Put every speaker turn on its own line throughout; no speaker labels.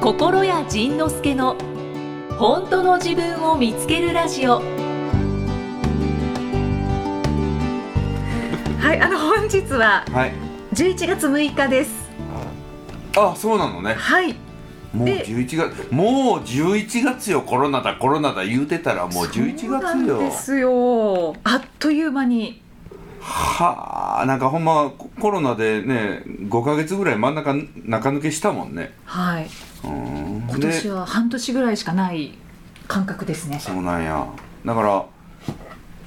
心谷仁之助の本当の自分を見つけるラジオ はいあの本日は
はい。
11月6日です
あ、そうなのね。
はい
もう
で
十一月、もう十一月よ。コロナだ、コロナだ言うてたらもう十一
そうなん
月よ
で。すよあっという間に
はあ、なんかほんまココロナでね、五ヶ月ぐらい真ん中中抜けしたもんね。
はい
うん。
今
で
年は半年ぐらいしかない感覚ですね
そうなんや。だから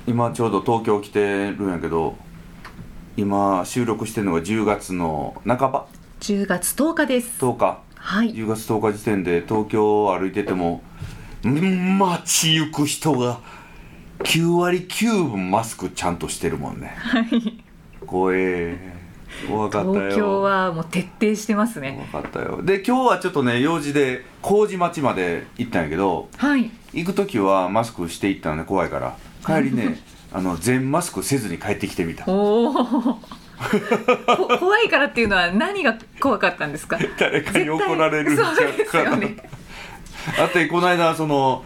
今ちょうど東京来てるんやけど、今収録してるのが10月の半ば
10月10日です
10日。
はい
10月10日時点で東京を歩いててもん街行く人が9割9分マスクちゃんとしてるもんね怖え怖かったよ
東京はもう徹底してますね
怖かったよで今日はちょっとね用事で麹町まで行ったんやけど
はい
行く時はマスクして行ったのね怖いから帰りね あの全マスクせずに帰ってきてみた
おお 怖いからっていうのは何が怖かったんですか
誰かに怒られるんちゃ
そうで
う
す
か
よ
な
ね
だってこの間その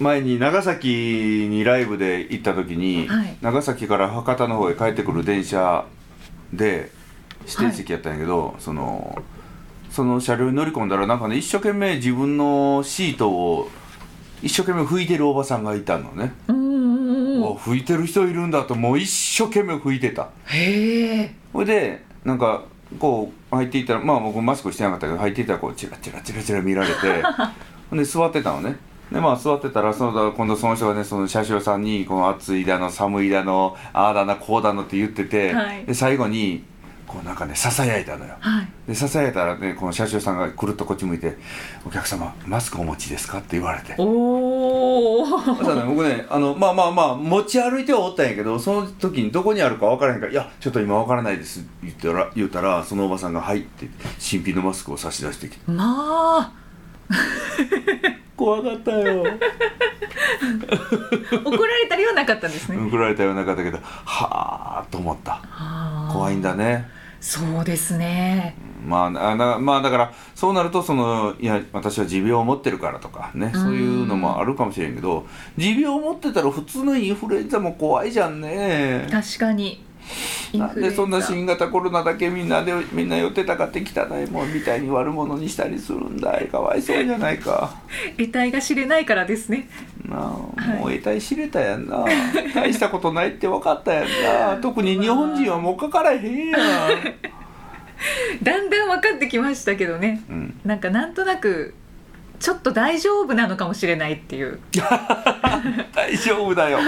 前に長崎にライブで行った時に、
はい
長崎から博多の方へ帰ってくる電車で指定席やったんやけど、そのその車両に乗り込んだらなんかね一生懸命自分のシートを一生懸命拭いてるおばさんがいたのね、
うんうんうん
う
うん
わ拭いてる人いるんだともう一生懸命拭いてた
へえ
ほいでなんかこう入っていったらまあ僕マスクしてなかったけど入っていったらこうチラチラチラチラ見 られてほんで座ってたのねでまあ座ってたらその今度その人がねその車掌さんにこの暑いだの寒いだのああだなこうだのって言ってて、
はい
で最後にこうなんかねささやいたのよ
はい
でささやいたらねこの車掌さんがくるっとこっち向いて「お客様マスクお持ちですか?」って言われて
おお
そうだね、僕ねあのまあまあまあ持ち歩いてはおったんやけどその時にどこにあるか分からへんから「いやちょっと今分からないです」言ったら言うたらそのおばさんが「はい」って新品のマスクを差し出してきて
まあ
怖かった よ
怒られたりはなかったんですね
怒られたような方けどはあと思った怖
怖
いんだね
そうですね
まあななまあだからそうなるとそのいや私は持病を持ってるからとかねそういうのもあるかもしれんけど持病を持ってたら普通のインフルエンザも怖いじゃんね
確かに
なんでそんな
インフルエン
新型コロナだけみんなでみんな寄ってたかって汚いもんみたいに悪者にしたりするんだいかわいそうじゃないか
ザ得体が知れないからですね
なあ
はい
もう得体知れたやん な大したことないって分かったやんな特に日本人はもうかからへ んやん、
だんだん分かってきましたけどね
うん、
なんかなんとなくちょっと大丈夫なのかもしれないっていう
大丈夫だよ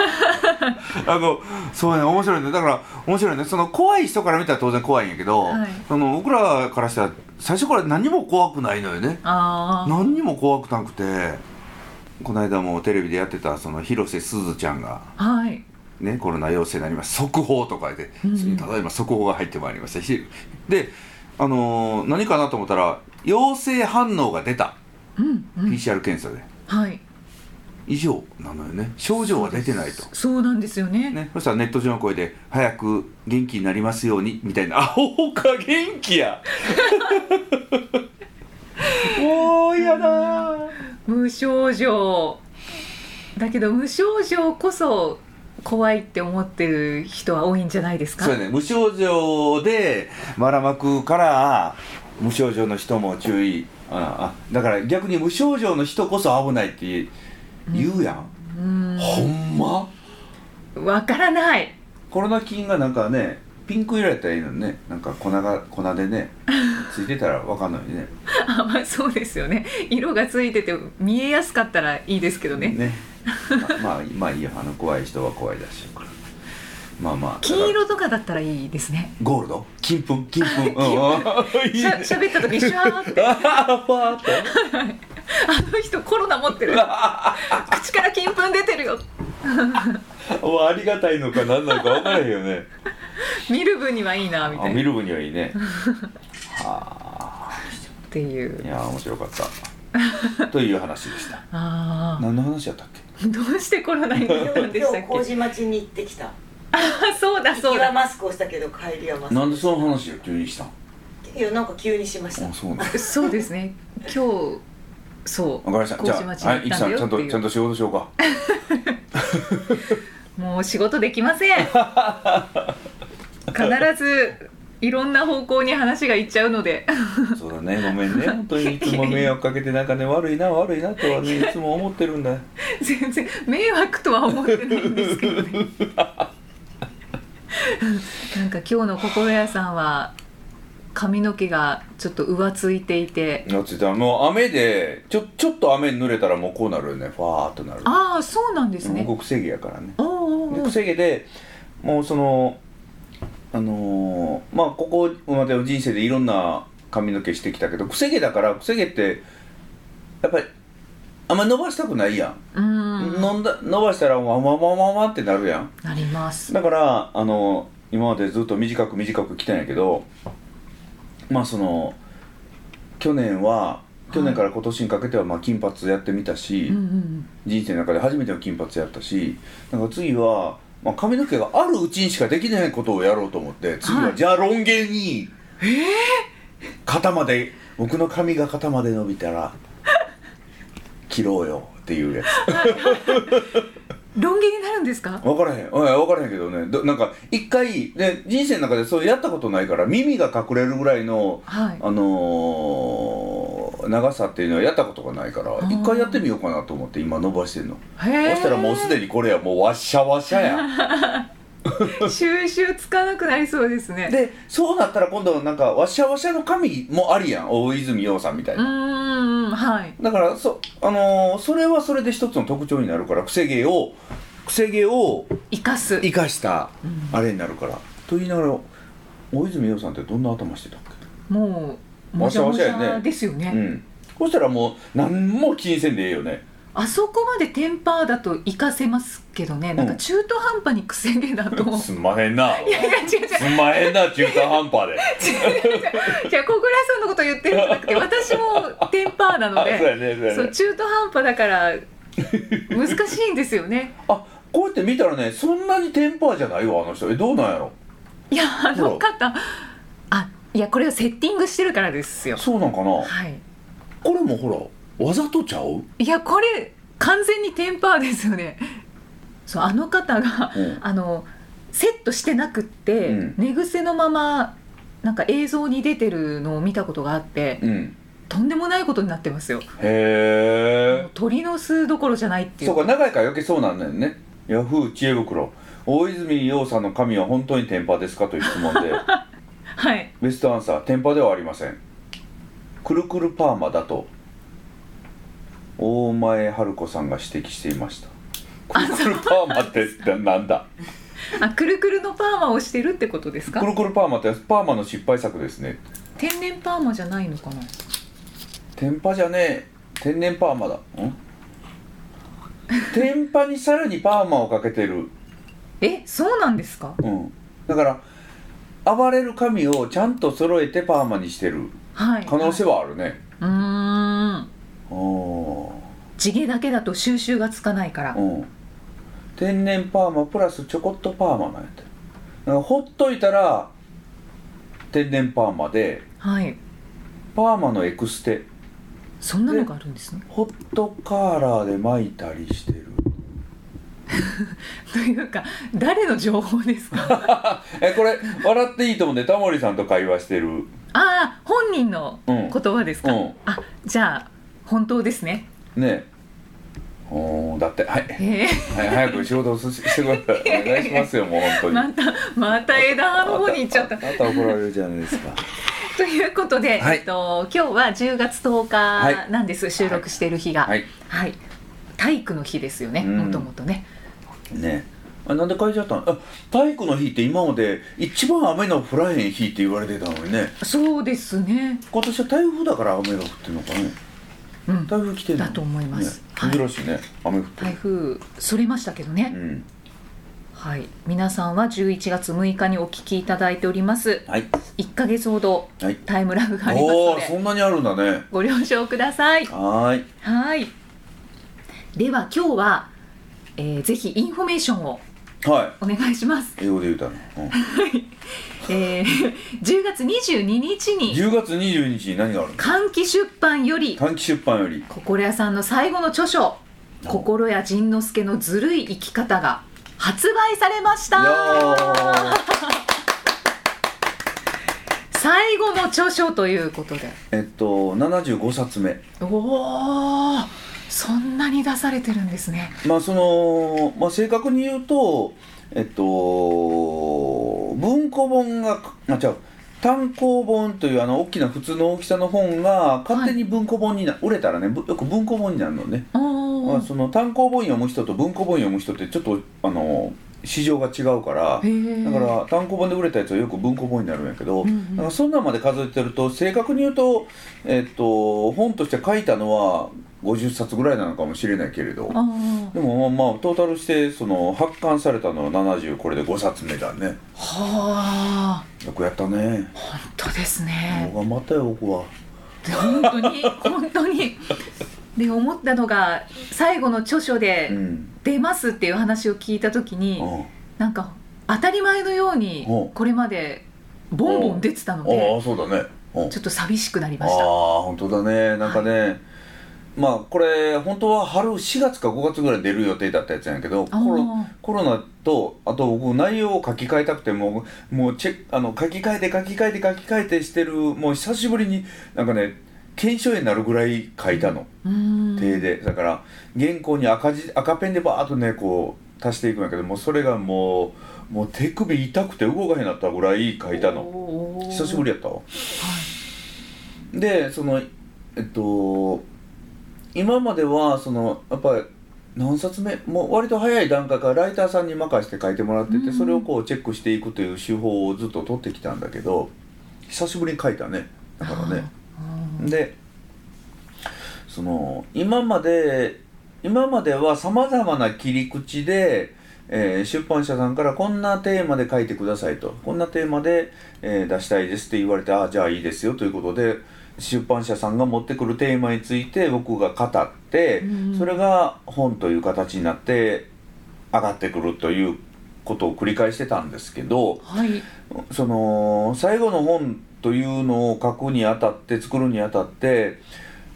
あのそうね面白いねだから面白いねその怖い人から見たら当然怖いんやけど、
はい
その僕らからしたら最初から何も怖くないのよね
ああ
何にも怖くなくてこの間もテレビでやってたその広瀬すずちゃんが、
はい
ね、コロナ陽性になりました速報とかで、
うん
ただいま速報が入ってまいりましたひで、あのー何かなと思ったら陽性反応が出た、
うん、うん、
PCR 検査で
はい
以上なのよね症状は出てないと。
そうなんですよね
ね、そしたらネット上の声で「早く元気になりますように」みたいな「アホか元 気や! 」おーやだー
無症状だけど無症状こそ怖いって思ってる人は多いんじゃないですか
そうやね無症状でばらまくから無症状の人も注意ああだから逆に無症状の人こそ危ないって言うや
う
ん、
ん
ほんま
わからない
コロナ菌がなんかねピンク色やったらいいのにねなんか粉が粉でね ついてたらわかんないね
あまあそうですよね色がついてて見えやすかったらいいですけどね
ままあまあいいよあの怖い人は怖いだしまあまあだから
金色とかだったらいいですね
ゴールド金粉金粉 うんいい
しゃ
ね
喋った時にシャーって
あーふわーっと
あの人コロナ持って る口から金粉出てるよ
わありがたいのか何なのか分からへんよね
見る分にはいいなみ
あ
たいな
見
っ
る分にはい いねはあ
ていう
いやー面白かったという話でした
あ
何の話やったっけ
あどうしてコロナになったんで
今
した
日
っけ
麹町に行ってきた
あ そうだ
行き
そう
は
だ
マスクをしたけど帰りはマス
なんでその話を急にしたん
クいやなんか急にしました
あそうなん
そうですね今日そう
わかりましたじ
麹
ゃ
町
あはい
に行
イキ
った
さ
ん
ん
だ
ち
よ
ゃ
っ
ん
て
と
い
ちゃん
う
と仕事しよう か
もう仕事できません必ずいろんな方向に話がいっちゃうので
そうだねごめんね本当にいつも迷惑かけてなんかね悪いな悪いなとは ねいつも思ってるんだよ
全然迷惑とは思ってないんですけどねなんか今日の心屋さんは髪の毛がちょっと浮ついていて
なついたもう雨でちょちょっと雨に濡れたらもうこうなるよねファーっとなる
ああそうなんですね
僕癖毛やからね
おーお
で
ーおー
癖毛でもうそのあのーまあここまでの人生でいろんな髪の毛してきたけど癖毛だから癖毛ってやっぱりあんま伸ばしたくないやん
うーん
飲んだ伸ばしたらわわわわわってなるやん
なります
だからあの今までずっと短く短く来たんやけどまあその去年は去年から今年にかけてはまあ金髪やってみたし、
うんうん
人生の中で初めての金髪やったしなんか次は、まあ、髪の毛があるうちにしかできないことをやろうと思って次は、
はい
じゃあロン毛に肩まで僕の髪が肩まで伸びたら切ろうよっていうやつ
うんロン毛になるんですか
分からへんうん分からへんけどねどなんか一回で人生の中でそうやったことないから耳が隠れるぐらいの、
はい
あのー長さっていうのはやったことがないから
ー
一回やってみようかなと思って今伸ばしてんの
へえ
そしたらもうすでにこれはもうわっしゃわっしゃや
収集つかなくなりそうですね
でそうなったら今度なんかわっしゃわっしゃの神もありやん大泉洋さんみたいうな、
ーんはい
だからそ,、あのーそれはそれで一つの特徴になるから癖毛を癖毛を
生かす
生かした
うん
あれになるから、と言いながら大泉洋さんってどんな頭してたっ
もうも
も
じ
し
ゃ
ゃ
も
も
じ
しゃやね
ゃですよね
け、うん、そしたらもう何も気にせんでええよね
あそこまでテンパーだと活かせますけどねなんか中途半端にくせ毛だと、 い
すんまへんな
やいや違う違う違う
すんまへんな中途半端で
じゃあ小倉さんのこと言ってるんじゃなくて私もテンパーなの
あ そう
で
やねそう や
そ
ね
う中途半端だから難しいんですよね
あこうやって見たらねそんなにテンパーじゃないわあの人えどうなんやろ
いやあの方あいやこれをセッティングしてるからですよ
そうなんかな
はい
これもほらわざとちゃう
いやこれ完全にテンパーですよねそうあの方が
うん
あのセットしてなくって、
うん
寝癖のままなんか映像に出てるのを見たことがあって
うん
とんでもないことになってますよも
へ
う鳥の巣どころじゃないって
え
い
そううか長いから余計そうなんだよねヤフー知恵袋大泉洋さんの髪は本当にテンパですかという質問で
はい
ベストアンサーテンパではありませんくるくるパーマだと大前春子さんが指摘していましたくるくるパーマってななんだ
あくるくるのパーマをしてるってことです
く
か
るくるパーマってパーマの失敗作ですね
天然パーマじゃないのかな
天パじゃねえ天然パーマだん天パにさらにパーマをかけてる
えそうなんですか
うんだから暴れる髪をちゃんと揃えてパーマにしてる
はい
可能性
は
はあるね、
い、うーん
あー
地毛だけだと収集がつかないから
うん天然パーマプラスちょこっとパーマなんやってだからほっといたら天然パーマで
はい
パーマのエクステ
そんなのがあるんですね
ホットカーラーで巻いたりしてる
というか誰の情報ですか
えこれ笑っていいと思うんでタモリさんと会話してる
ああ本人の
う
言
ん
葉ですか、
うん
あじゃあ本当ですね
ねえおーだってはい、はい、
え
早く仕事をすしてくださいお願いしますよもう本当
ー、
に
またまた枝葉の方に行っちゃった
あなた怒られるじゃないで すか
ということで、
はい
えっと、今日は10月10日なんです、収録している日が
はい
はい体育の日ですよね
うん
もともとね
ねえあなんで変えちゃったのあ体育の日って今まで一番雨の降らへん日って言われてたのにね
そうですね
今年は台風だから雨が降ってるのかね
うん
台風来てるの
だと思います
ね
はい
珍しいね、雨降って
台
る
風それましたけどね、
うん
はい皆さんは11月6日にお聞きいただいております
はい
1ヶ月ほど
はい
タイムラグがあります
お
の
おー
で
そんなにあるんだね
ご了承ください
はーい
はいでは今日は、えーぜひインフォメーションを
は
お願いします。
い英語で言うたの、うん、
えー、10月22日に
10月22日に何があるの
換気出版より
短期出版より
心屋さんの最後の著書「心屋仁之助のずるい生き方」が発売されまし
いや
た
ー
最後の著書ということで
えっと75冊目
おおそんなに出されてるんですね
まあその、まあ、正確に言うとえっと文庫本があ違う単行本というあの大きな普通の大きさの本が勝手に文庫本にな、売れたらねぶよく文庫本になるのね、
お
ま
お
あ、その単行本読む人と文庫本読む人ってちょっとあの市場が違うから
へえ
だから単行本で売れたやつはよく文庫本になるんやけど、
うんうん
なんかそんなんまで数えてると正確に言うと、えっと、本として書いたのは50冊ぐらいなのかもしれないけれど
あー
でもまあまあトータルしてその発刊されたのは70これで5冊目だね
はあ
よくやったね、
本当ですね
もう頑張ったよ僕は
で本当に本当にで思ったのが最後の著書
う
で
ん
出ますっていう話を聞いた時に、
うん
なんか当たり前のように
お
これまでボンボン出てたの
あ
で
あそうだねうん
ちょっと寂しくなりま
あ
した
あ本当だねなんかね、まあこれ本当は春4月か5月ぐらい出る予定だったやつやんやけどコロ
あ
コロナとあと僕内容を書き換えたくてもうもうチェあの書き換えて書き換えて書き換えてしてるもう久しぶりになんかね検証になるぐらい書いたの、
うーん
手でだから原稿に赤字赤ペンでバーッとねこう足していくんやけどもうそれがもうもう手首痛くて動かへんなったぐらい書いたの
おー
久しぶりやったわ、でそのえっと今まではそのやっぱり何冊目もう割と早い段階からライターさんに任せて書いてもらってて、
うん
それをこうチェックしていくという手法をずっと取ってきたんだけど久しぶりに書いたねだからね
あ
でその今まで今まではさまざまな切り口で、えー出版社さんからこんなテーマで書いてくださいとこんなテーマで、えー出したいですって言われてああじゃあいいですよということで出版社さんが持ってくるテーマについて僕が語って、
うん
それが本という形になって上がってくるということを繰り返してたんですけど、
ーはい
その最後の本というのを書くにあたって作るにあたって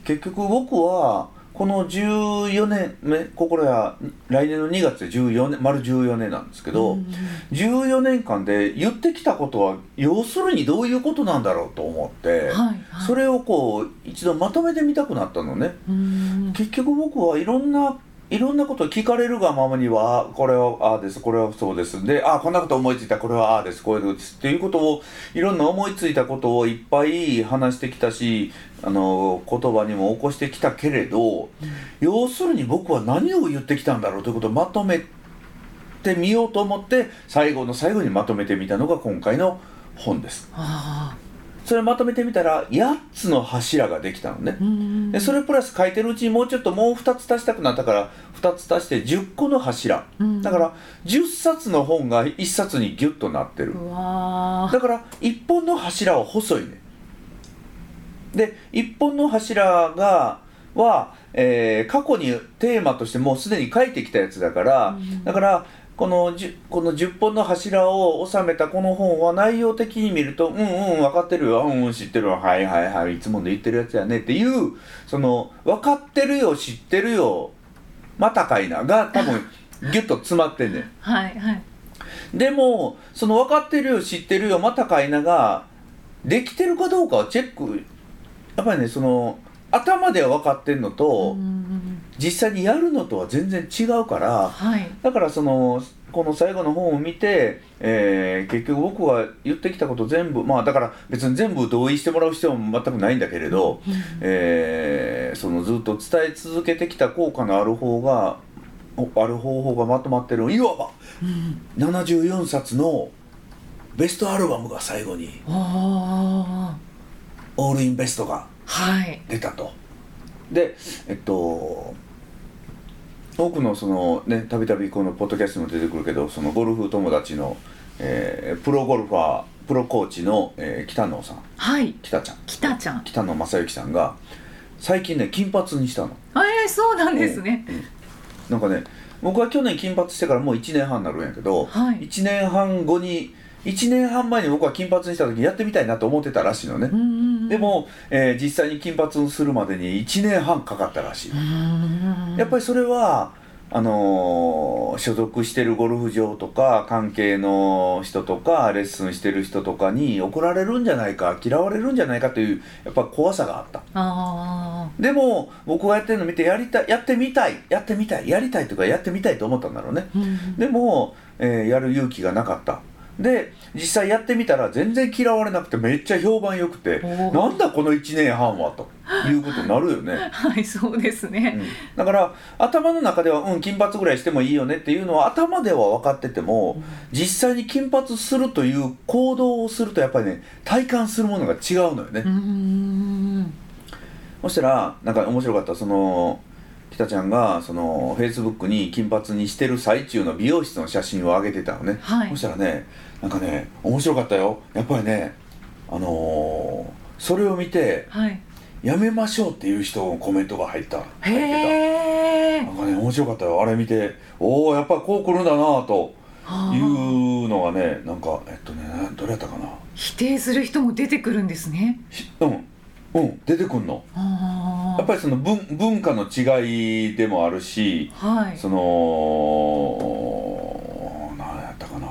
結局僕はこの14年目心や来年の2月で14年丸14年なんですけど、
うん
14年間で言ってきたことは要するにどういうことなんだろうと思って、
はいはい
それをこう一度まとめてみたくなったのね。
うーん
結局僕はいろんないろんなことを聞かれるがままにはあこれはああですこれはそうですでああこんなこと思いついたこれはああですこれですっていうことをいろんな思いついたことをいっぱい話してきたしあの言葉にも起こしてきたけれど、要するに僕は何を言ってきたんだろうということをまとめてみようと思って最後の最後にまとめてみたのが今回の本です。
あ
それまとめてみたら8つの柱ができたのね。
ーうーん
でそれプラス書いてるうちにもうちょっともう2つ足したくなったから2つ足して10個の柱
うん
だから10冊の本が1冊にギュッとなってる
うわー
だから1本の柱は細いねで1本の柱がは、えー過去にテーマとしてもうすでに書いてきたやつだから、
うん
だからこのじゅこの10本の柱を収めたこの本は内容的に見ると「うんうん分かってるようんうん知ってるわはいはいはいいつもの言ってるやつやね」っていうその「分かってるよ知ってるよまたかいな」が 多分ギュッと詰まってんねん。
はいはい
でもその分かってるよ知ってるよまたかいなができてるかどうかをチェックやっぱりねその頭では分かってんのと、
うんうん
実際にやるのとは全然違うから
はい
だからそのこの最後の本を見て、えー結局僕が言ってきたこと全部まあだから別に全部同意してもらう必要も全くないんだけれど、えーそのずっと伝え続けてきた効果のある方がおある方法がまとまってるいわば
うん
74冊のベストアルバムが最後に
あ
「オールインベスト」が
ーはい
出たと。でえっと多くのそのねたびたびこのポッドキャストにも出てくるけどそのゴルフ友達の、えープロゴルファープロコーチの、えー北野さん
はい
北ちゃん
北ちゃん
北野正幸さんが最近ね金髪にしたの。
えー、そうなんですね
なんかね僕は去年金髪してからもう1年半になるんやけど、
はい
一1年半後に1年半前に僕は金髪にした時やってみたいなと思ってたらしいのね、
うんうんうん
でも、えー実際に金髪にするまでに1年半かかったらしい、やっぱ
り
りそれはあのー所属してるゴルフ場とか関係の人とかレッスンしてる人とかに怒られるんじゃないか嫌われるんじゃないかというやっぱ怖さがあった
あ
でも僕がやってるの見てやりたいやってみたいやってみたいやりたいとかやってみたいと思ったんだろうね
あ、うん
でも、えーやる勇気がなかったで実際やってみたら全然嫌われなくてめっちゃ評判良くて
おー
なんだこの1年半はということになるよね、
はいそうです
う
ね、
んだから頭の中ではうん金髪ぐらいしてもいいよねっていうのは頭では分かってても実際に金髪するという行動をするとやっぱりね体感するものが違うのよね、
うん
そしたらなんか面白かったその北ちゃんがそのフェイスブックに金髪にしてる最中の美容室の写真を上げてたのね、
はい
そしたらねなんかね面白かったよやっぱりねあのーそれを見て
はい
やめましょうっていう人のコメントが入った
へ
入っ
え
てたなんかね面白かったよあれ見ておおやっぱこう来るんだなと
ああ
いうのがねなんかえっとねどれやったかな
否定する人も出てくるんですね
ひうんうん出てくんの
ああ
やっぱりその文文化の違いでもあるし
はい
その何やったかな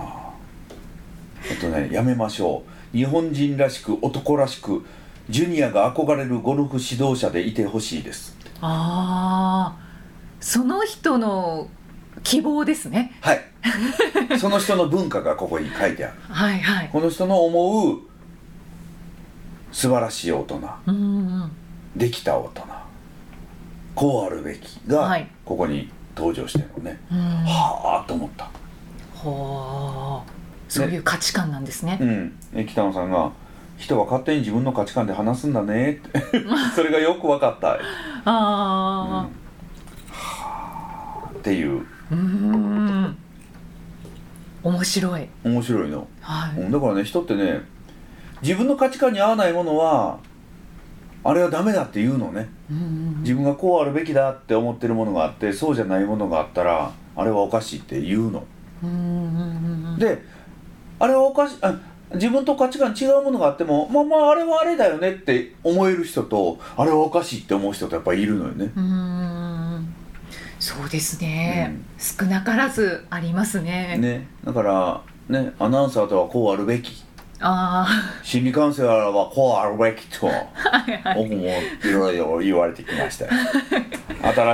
えっとねやめましょう日本人らしく男らしくジュニアが憧れるゴルフ指導者でいてほしいです
ああその人の希望ですね
はいその人の文化がここに書いてある
はいはい
この人の思う素晴らしい大人
うんうん
できた大人こうあるべき
は
が
い
ここに登場してるのね、
うん
はあと思った
ほうそういう価値観なんですね
うん、え北野さんが「人は勝手に自分の価値観で話すん だね」ってそれがよく分かった、
あ
うんっていう
あうんん面白い
面白いの、
は
う
い
んだからね人ってね自分の価値観に合わないものはあれはダメだって言うのね
うん
自分がこうあるべきだって思ってるものがあってそうじゃないものがあったらあれはおかしいって言うの
うんうんうんうん
であれはおかしあ自分と価値観違うものがあってもまあまああれはあれだよねって思える人とあれはおかしいって思う人とやっぱりいるのよね
うんそうですね
うん
少なからずありますね
ね、だから、ね、アナウンサーとはこうあるべき
あ
心理カウンセラーはこうあるべき
あ
と
はいはい
僕もいろいろ言われてきましたよ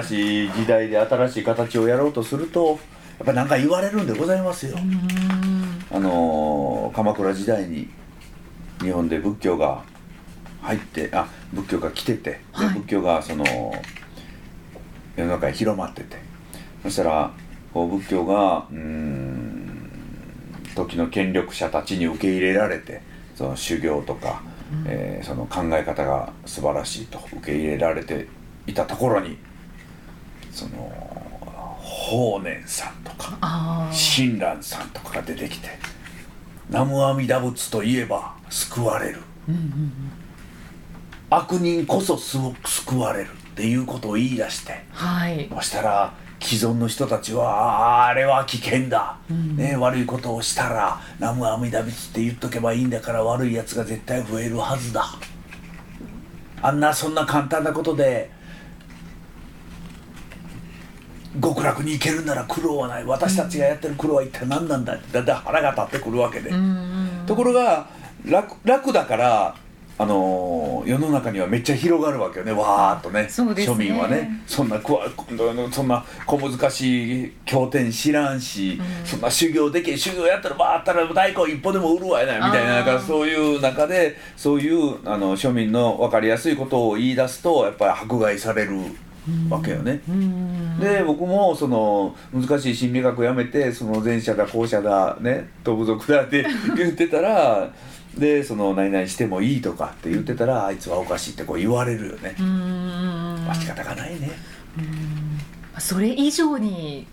新しい時代で新しい形をやろうとするとやっぱなんか言われるんでございますよ
う、ん
あのー鎌倉時代に日本で仏教が入ってあ仏教が来てて、で
はい
仏教がその世の中に広まっててそしたらこう仏教がうーん時の権力者たちに受け入れられてその修行とか、えーその考え方が素晴らしいと受け入れられていたところにその法然さんとか。
ああ
親鸞さんとかが出てきて「南無阿弥陀仏といえば救われる」悪人こそす救われる」っていうことを言い出して
はい
そしたら既存の人たちは「あーあれは危険だ、ね、悪いことをしたら南無阿弥陀仏って言っとけばいいんだから悪いやつが絶対増えるはずだ」あんなそんな簡単なことで極楽に行けるなら苦労はない私たちがやってる苦労は一体何なんだってだんだん腹が立ってくるわけで、
うん
ところが楽楽だから、あのー世の中にはめっちゃ広がるわけよねわーっとね
そうですね
庶民はねそんなこわこんなそんな小難しい経典知らんし、そんな修行できん修行やったらわーったら大根一本でも売るわやないみたいな
あ
な
ー
んかそういう中でそういうあの庶民の分かりやすいことを言い出すとやっぱり迫害されるわけよね。
うん
で僕もその難しい心理学やめてその前者だ後者だね飛ぶ族だって 言ってたらでその何々してもいいとかって言ってたらあいつはおかしいってこう言われるよね
う、ん
まあ仕方がないね、
それ以上に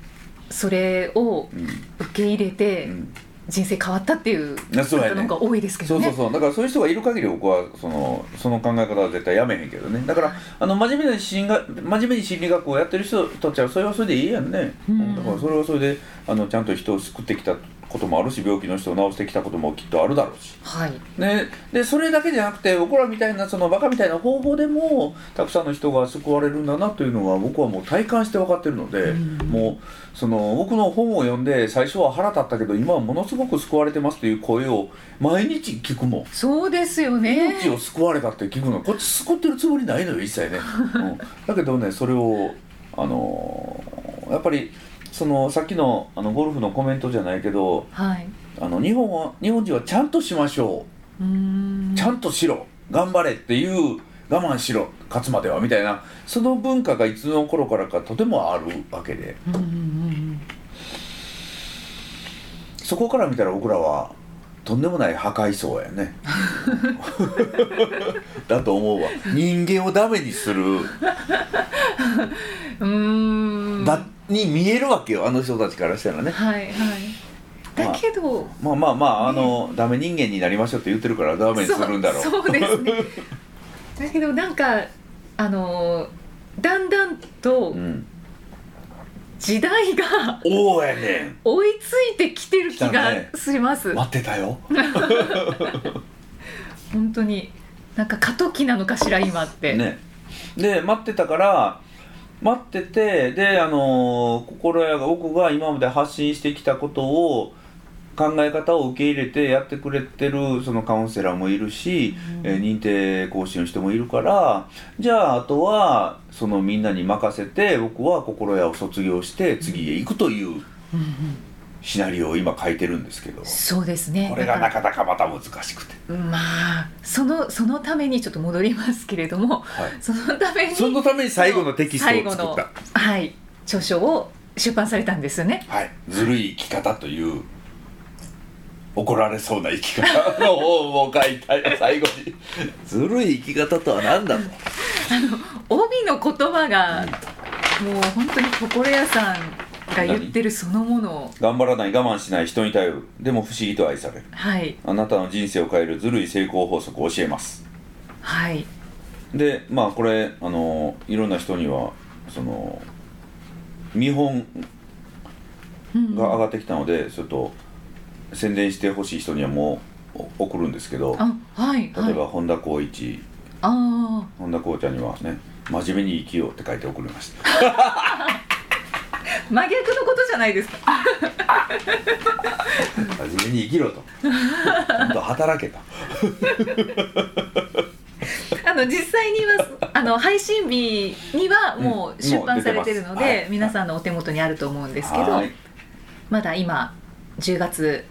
それを
うん
受け入れて
うん
人生変わったっていう
いやそうや
方
ね
の方が多いですけど
そうそう
ね。
そうだからそういう人がいる限り僕はそのその考え方は絶対やめへんけどねだからあの真面目な心が真面目に心理学をやってる人たちはそれはそれでいいやんね、
うん
だからそれはそれであのちゃんと人を救ってきたこともあるし病気の人を治してきたこともきっとあるだろうし、
はい。
ね、でそれだけじゃなくて僕らみたいなそのバカみたいな方法でもたくさんの人が救われるんだなというのは僕はもう体感して分かってるので、
うん
もうその僕の本を読んで最初は腹立ったけど今はものすごく救われてますという声を毎日聞くもん。
そうですよね。
命を救われたって聞くのこっち救ってるつもりないのよ一 切ね、うんだけどねそれをあのーやっぱりそのさっきのあのゴルフのコメントじゃないけど
はい。
あの日本は日本人はちゃんとしましょ
うーん
うちゃんとしろ頑張れっていう我慢しろ勝つまではみたいなその文化がいつの頃からかとてもあるわけで
うんうんうん
そこから見たら僕らはとんでもない破壊層や ねだと思うわ人間をダメにする
うん。うーん。
だに見えるわけよあの人たちからしたらね
はいはい。だけど、
まあまあまああの、ダメ人間になりましょうって言ってるからダメにするんだろう
そうそうです ね。だけどなんかあのだんだんと
うん、
時代が
おおやね
追いついてきてる気
来た
が
ね
します。
ん待ってたよ
本当になんか過渡期なのかしら今って。
ねで待ってたから待っててであの心屋が僕が今まで発信してきたことを考え方を受け入れてやってくれてるそのカウンセラーもいるし、
うん
えー認定講師の人もいるからじゃああとはそのみんなに任せて僕は心屋を卒業して次へ行くという
うんうん
シナリオを今書いてるんですけど
そうですね。
これが
だ
な
か
かなかまた難しくて、
らまあそのそのためにちょっと戻りますけれども、
はい、
そのために
そのために最後のテキストを
最
作っ
後の
た。
はい著書を出版されたんですよね。
はい、ずるい生き方という怒られそうな生き方の本を書いた 最後にずるい生き方とは何だと
帯の言葉が、もう本当に心屋さんが言ってるそのものを
頑張らない我慢しない人に頼るでも不思議と愛される
はい
あなたの人生を変えるずるい成功法則を教えます
はい
でまあこれあのいろんな人にはその見本
うん
が上がってきたので、ちょっと宣伝してほしい人にはもうお送るんですけど
あはいはい
例えば本田光一
あ
本田光ちゃんにはね「真面目に生きよう」って書いて送りました
あ真逆のことじゃないですか
真面目に生きろと本当働けと
あの実際に はあの配信日にはもう出版されてるの
もう
で、
出てますはい
皆さんのお手元にあると思うんですけど、
はい
まだ今10月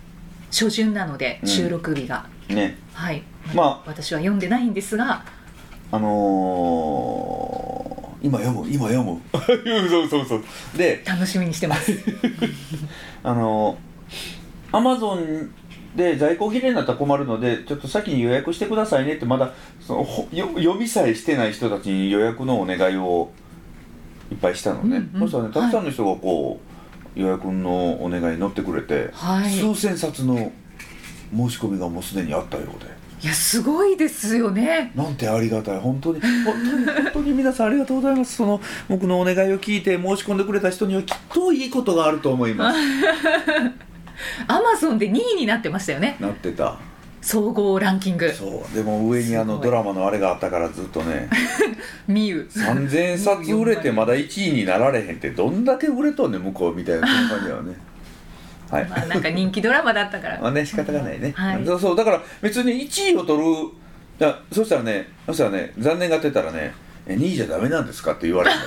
初旬なので
うん
収録日が、
ね
はい
ま
私は読んでないんですが
ああのー今読む今読む そうそうそうで
楽しみにしてます
あのアマゾンで在庫切れになったら困るのでちょっと先に予約してくださいねってまだそのほよ呼びさえしてない人たちに予約のお願いをいっぱいしたのね、
うんうん
そしたらねたくさんの人がこう、予約のお願いに乗ってくれて、
はい
数千冊の申し込みがもうすでにあったようで
いやすごいですよね
なんてありがたい本当に本当に本当に皆さんありがとうございますその僕のお願いを聞いて申し込んでくれた人にはきっといいことがあると思います
アマゾンで2位になってましたよね
なってた
総合ランキング
そうでも上にあ
す
の
ごい
ドラマのあれがあったからずっとね
ミユ
3000冊売れてまだ1位になられへんってどんだけ売れとんねん向こうみたいな感じはねはい
まあなんか人気ドラマだったか
まあ
ら
ね仕方がないね、
はい
そうそうだから別に1位を取るだそしたらねそしたらね残念がってたらねえ2位じゃダメなんですかって言わ れる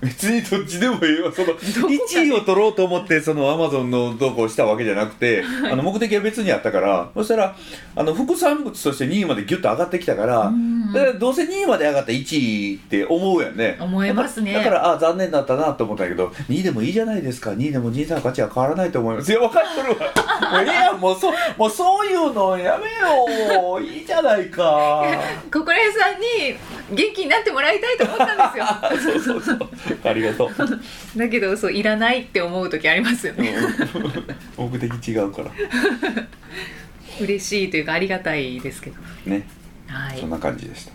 別にどっちでもいいわそ
か
の
で
1位を取ろうと思ってそのアマゾンのどうこうしたわけじゃなくて、あの目的は別にあったからそしたらあの副産物として2位までギュッと上がってきたから、
うん
だからどうせ2位まで上がった1位って思うやんね
思いますね
だからだからあ残念だったなと思ったけど2位でもいいじゃないですか2位でも人生の価値は変わらないと思いますいや分かっとるわいやもうそもうそういうのやめよういいじゃないか
心屋さんに元気になってもらいたいと思ったんですよ
そうそうそうありがとう、
だけどそういらないって思う時ありますよね、
うん、目的違うから
嬉しいというかありがたいですけど
ね
はい
そんな感じでし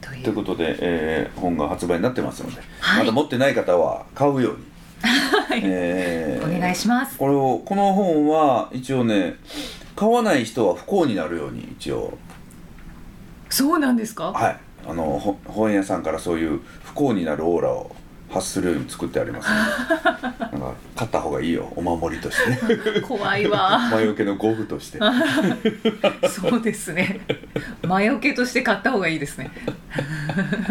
た
とい
という
う
ことで、えー本が発売になってますので、
はい
まだ持ってない方は買うように、
い
え
お願いします
これをこの本は一応ね買わない人は不幸になるように一応
そうなんですか
はいあのほ本屋さんからそういう不幸になるオーラを発するように作ってあります のでなんか買った方がいいよお守りとし て
怖いわ
魔除けのゴ布としては
そうですね魔除けとして買った方がいいですね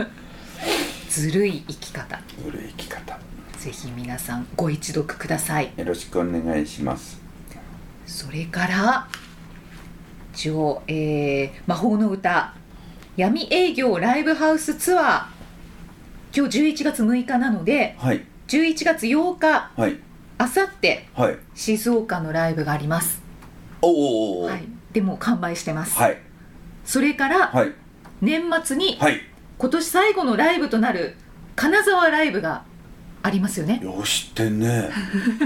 ずるい生き方
い古い生き方
ぜひ皆さんご一読ください
よろしくお願いします
それから一応、えー魔法の歌闇営業ライブハウスツアー今日11月6日なので
はい
11月8日
はい
あさって
はい
静岡のライブがあります、
おおおお
はい、でもう完売してます、
はい
それから、
はい
年末に
はい
今年最後のライブとなる金沢ライブがありますよね
よう知って んね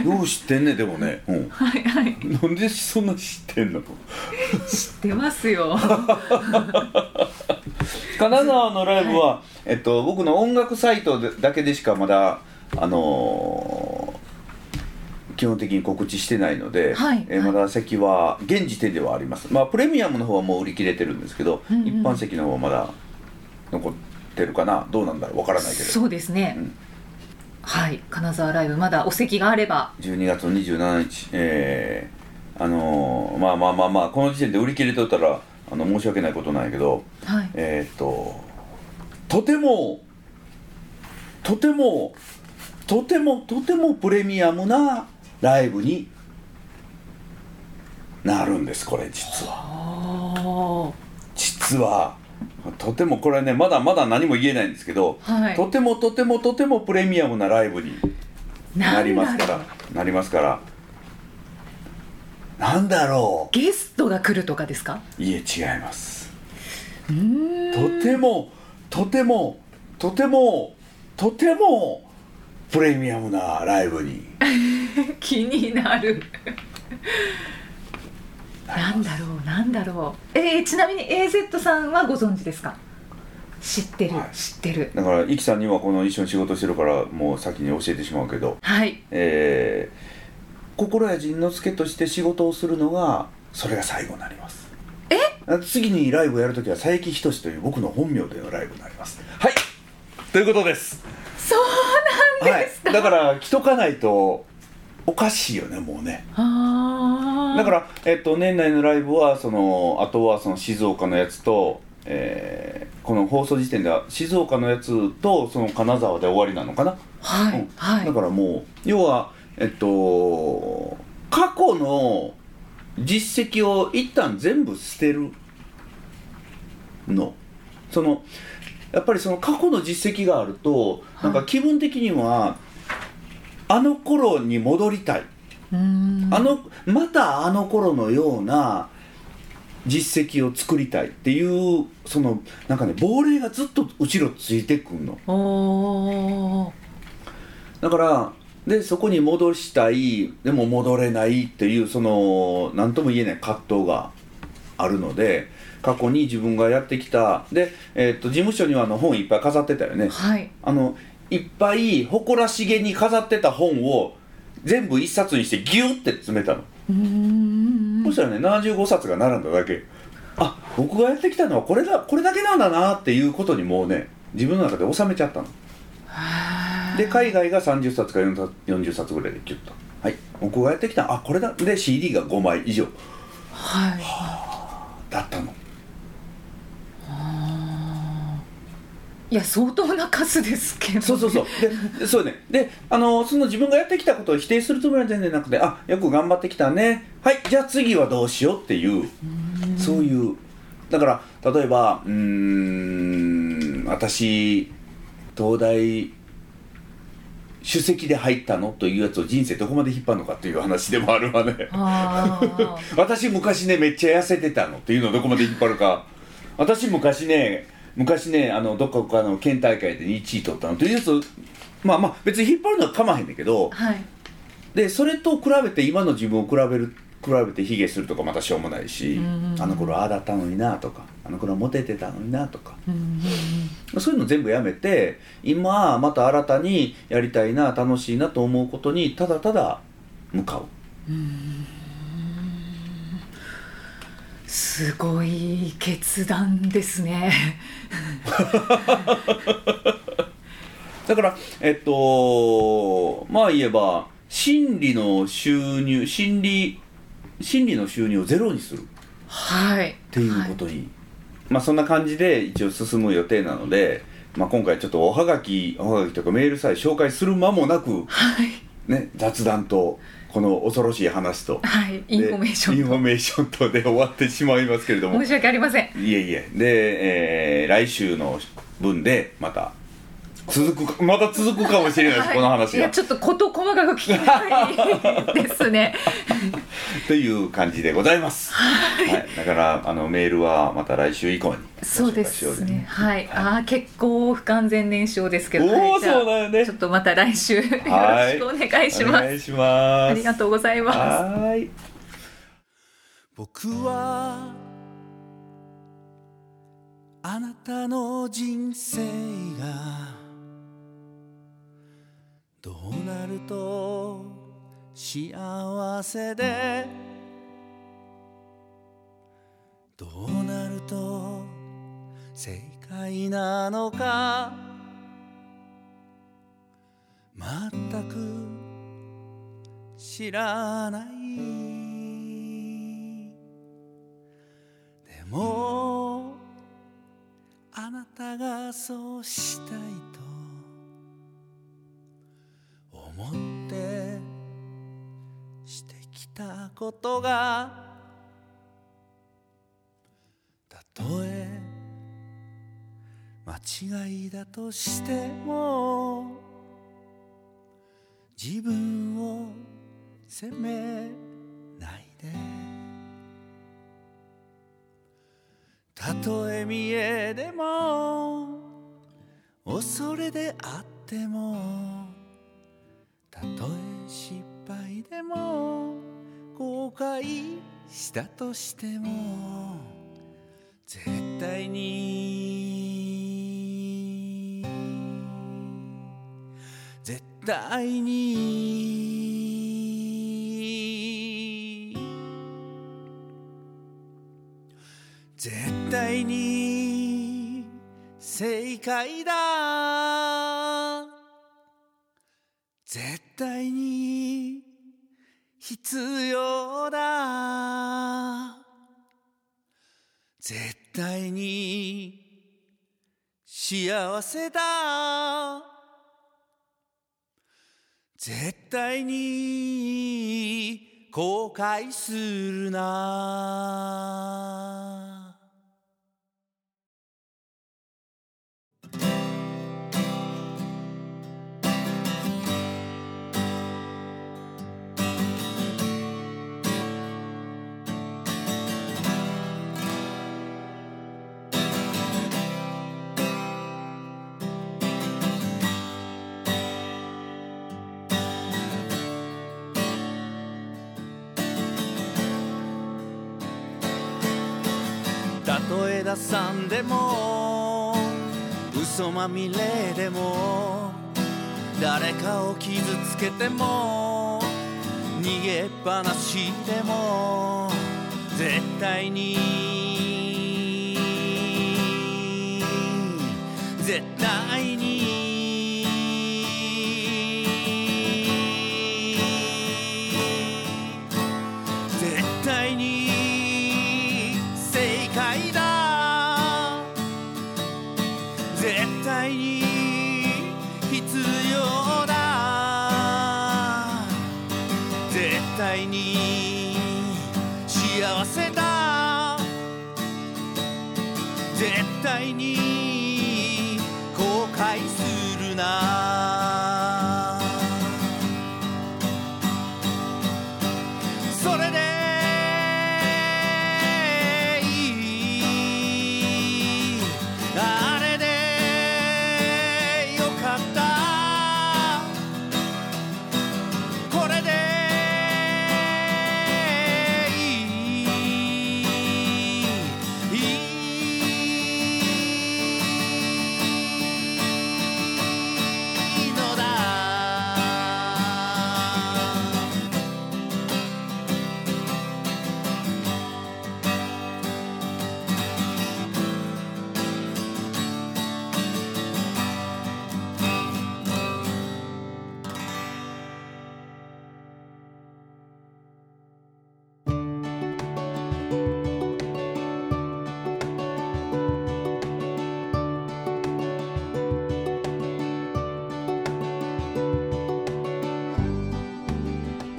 よう知ってんねでもね、うん、
はいはい
なんでそんな知ってんの
知ってますよ
金沢のライブは、えっと、僕の音楽サイトでだけでしかまだ、あのー基本的に告知してないので、
はい
えーまだ席は現時点ではあります、まあ、プレミアムの方はもう売り切れてるんですけど、
うんうん
一般席の方はまだ残ってるかなどうなんだろうわからないけど
そうですね、
うん
はい金沢ライブまだお席があれば
12月の27日えーあのーまあまあまあまあこの時点で売り切れとったらあの申し訳ないことなんやけど
はい
えーっととてもとてもとてもとてもプレミアムなライブになるんですこれ実は
あ
実はとてもこれねまだまだ何も言えないんですけど、
あはい
とてもとてもとてもプレミアムなライブになりますから
なんだろ
なりますからなんだろ
うゲストが来るとかですか
ういえ違います
うーん
とてもとてもとてもとてもプレミアムなライブに
気になるなんだろうなんだろうえー、ちなみに AZ さんはご存知ですか知ってる、
はい
知ってる
だからイキさんにはこの一緒に仕事してるからもう先に教えてしまうけど
はい
えー心や仁之助として仕事をするのがそれが最後になりますえ次にライブやるときは佐伯仁という僕の本名でのライブになりますはいということです
そうなんですか、
はい、だから着とかないとおかしいよねもうね
ああ
だから、えっと、年内のライブはそのあとはその静岡のやつと、えーこの放送時点では静岡のやつとその金沢で終わりなのかな、
は
う
い
ん
はい
だからもう要はえっと過去の実績を一旦全部捨てるのそのやっぱりその過去の実績があるとなんか気分的にはあの頃に戻りたいう
ーん
あのまたあの頃のような実績を作りたいっていうそのなんかね亡霊がずっと後ろついてくんの
おー
だからでそこに戻したいでも戻れないっていうその何とも言えない葛藤があるので過去に自分がやってきたで、えっと事務所にはあの本いっぱい飾ってたよね
はい
あのいっぱい誇らしげに飾ってた本を全部一冊にしてギュッて詰めたの。
うーん
そしたらね75冊が並んだだけあ僕がやってきたのはこれだこれだけなんだなっていうことにもうね自分の中で収めちゃったので海外が30冊か40 40冊ぐらいでキュッとはい僕がやってきたのあこれだで CD が5枚以上
はい
だったの
いや相当な数ですけど、ね、
そうそうそうでそうねであのその自分がやってきたことを否定するつもりは全然なくてあよく頑張ってきたねはいじゃあ次はどうしようっていうそういうだから例えばうーん私東大首席で入ったのというやつを人生どこまで引っ張るのかという話でもあるわね
あー
私昔ねめっちゃ痩せてたのっていうのをどこまで引っ張るか私昔ね昔ねあのどっかかの県大会で1位取ったのというやつをまあまあ別に引っ張るのは構わへんねんけど
はい
でそれと比べて今の自分を比べる比べて卑下するとかまたしょうもないし
うんうん
あの頃ああだったのになとかあの頃はモテてたのになとか
うんうんうん
そういうの全部やめて今また新たにやりたいな楽しいなと思うことにただただ向かう
すごい決断ですね
だからえっとまあ言えば心理の収入心理心理の収入をゼロにするっ
はいって
いうことに、まあそんな感じで一応進む予定なので、まあ、今回ちょっとおはがきおはがきとかメールさえ紹介する間もなく、
はい
ね、雑談とこの恐ろしい話と
はい、はい、インフォメーシ
でイ
ョ
ン
ン
フォメーションとで終わってしまいますけれども
申し訳ありません
いえいえで、えー来週の分でまた続くかまた続くかもしれないです、この
い
話
や
が
ちょっと事細かく聞きたいです ね
という感じでございます、はいだからあのメールはまた来週以降に
そうですねはい、ああ結構不完全燃焼ですけど
おー
はいじゃあ
そうだよ ね
ちょっとまた来週よろしくお
はい
願いし
お
ます
願いします
ありがとうございます
はい僕はあなたの人生がどうなると幸せでどうなると正解なのか全く知らないでもあなたがそうしたいと思ってしてきたことがたとえ間違いだとしても自分を責めないでたとえ見えでも恐れであってもたとえ失敗でも後悔したとしても絶対に絶対に絶対に正解だ絶対に必要だ絶対に幸せだ絶対に後悔するなたとえ出さんでも嘘まみれでも誰かを傷つけても逃げっぱなしでも絶対に絶対に絶対に正解だ絶対に必要だ絶対に幸せだ絶対に後悔するな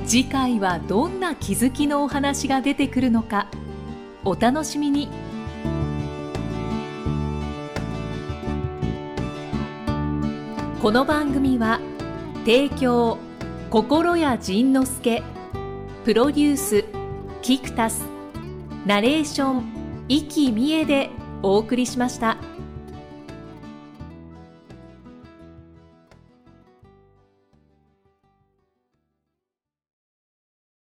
次回はどんな気づきのお話が出てくるのかお楽しみにこの番組は提供心谷仁之助プロデュースキクタスナレーション生きみえでお送りしました。